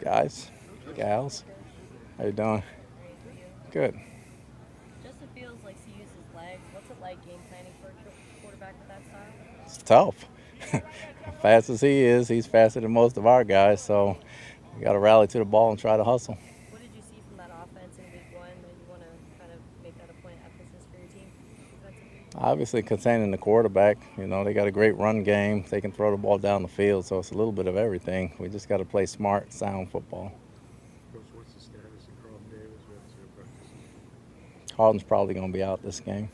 guys, gals. How you doing? Good. Justin Fields likes to use his legs. What's it like game planning for a qu- quarterback with that style? It's tough. fast as he is, he's faster than most of our guys. So we got to rally to the ball and try to hustle. What did you see from that offense in week one that you want to kind of make that a point of emphasis for your team? defensively? Obviously, containing the quarterback. You know, they got a great run game. They can throw the ball down the field. So it's a little bit of everything. We just got to play smart, sound football. Coach, what's the status of Carlton Davis? We haven't seen him practice. Harden's probably going to be out this game.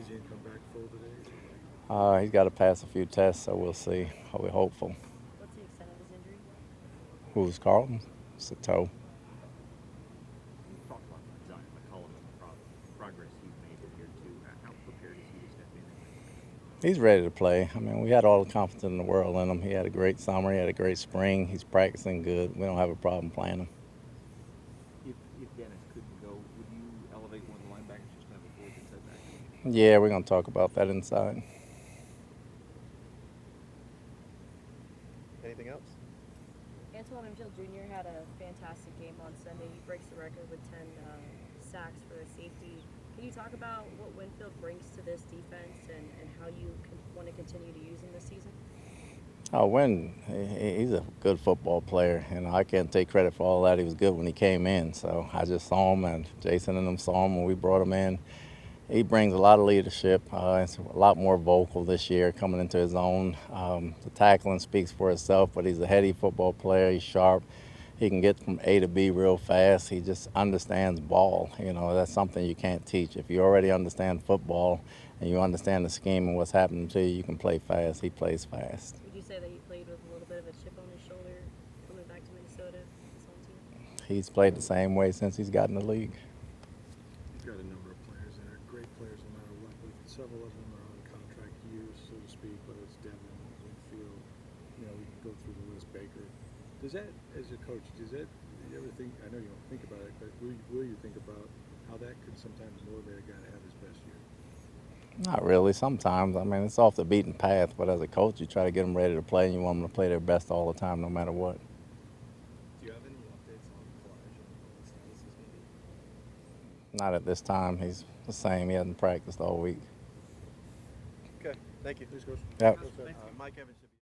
Is he gonna come back full today? Is Uh, he's got to pass a few tests, so we'll see. Are we hopeful? What's the extent of his injury? Who's Carlton? It's a toe. talk about Zion McCollum and the pro- progress he's made in year two. How prepared is he to step in? He's ready to play. I mean, we had all the confidence in the world in him. He had a great summer. He had a great spring. He's practicing good. We don't have a problem playing him. If, if Dennis couldn't go, would you elevate one of the linebackers just to have a fourth and setback? Yeah, we're gonna talk about that inside. Anything else? Antoine Winfield Jr. had a fantastic game on Sunday. He breaks the record with 10 um, sacks for a safety. Can you talk about what Winfield brings to this defense and, and how you con- want to continue to use him this season? Oh, Wynn, he- he- he's a good football player, and I can't take credit for all that. He was good when he came in, so I just saw him, and Jason and them saw him when we brought him in. He brings a lot of leadership. Uh, he's a lot more vocal this year, coming into his own. Um, the tackling speaks for itself, but he's a heady football player. He's sharp. He can get from A to B real fast. He just understands ball. You know, that's something you can't teach. If you already understand football and you understand the scheme and what's happening to you, you can play fast. He plays fast. Would you say that he played with a little bit of a chip on his shoulder coming back to Minnesota this whole team? He's played the same way since he's got in the league. You've got a number of players that are great players no matter what, but several of them are on contract years, so to speak, whether it's Devin, Winfield, you know, we can go through the list, Baker. Does that, as a coach, does that, do you ever think, I know you don't think about it, but will you, will you think about how that could sometimes motivate a guy to have his best year? Not really. Sometimes, I mean, it's off the beaten path, but as a coach, you try to get them ready to play and you want them to play their best all the time, no matter what. Do you have any updates on Collage and what status he's going to be? Not at this time. He's the same. He hasn't practiced all week. Okay, thank you. Please, Coach. Yep. Mike Evans should be.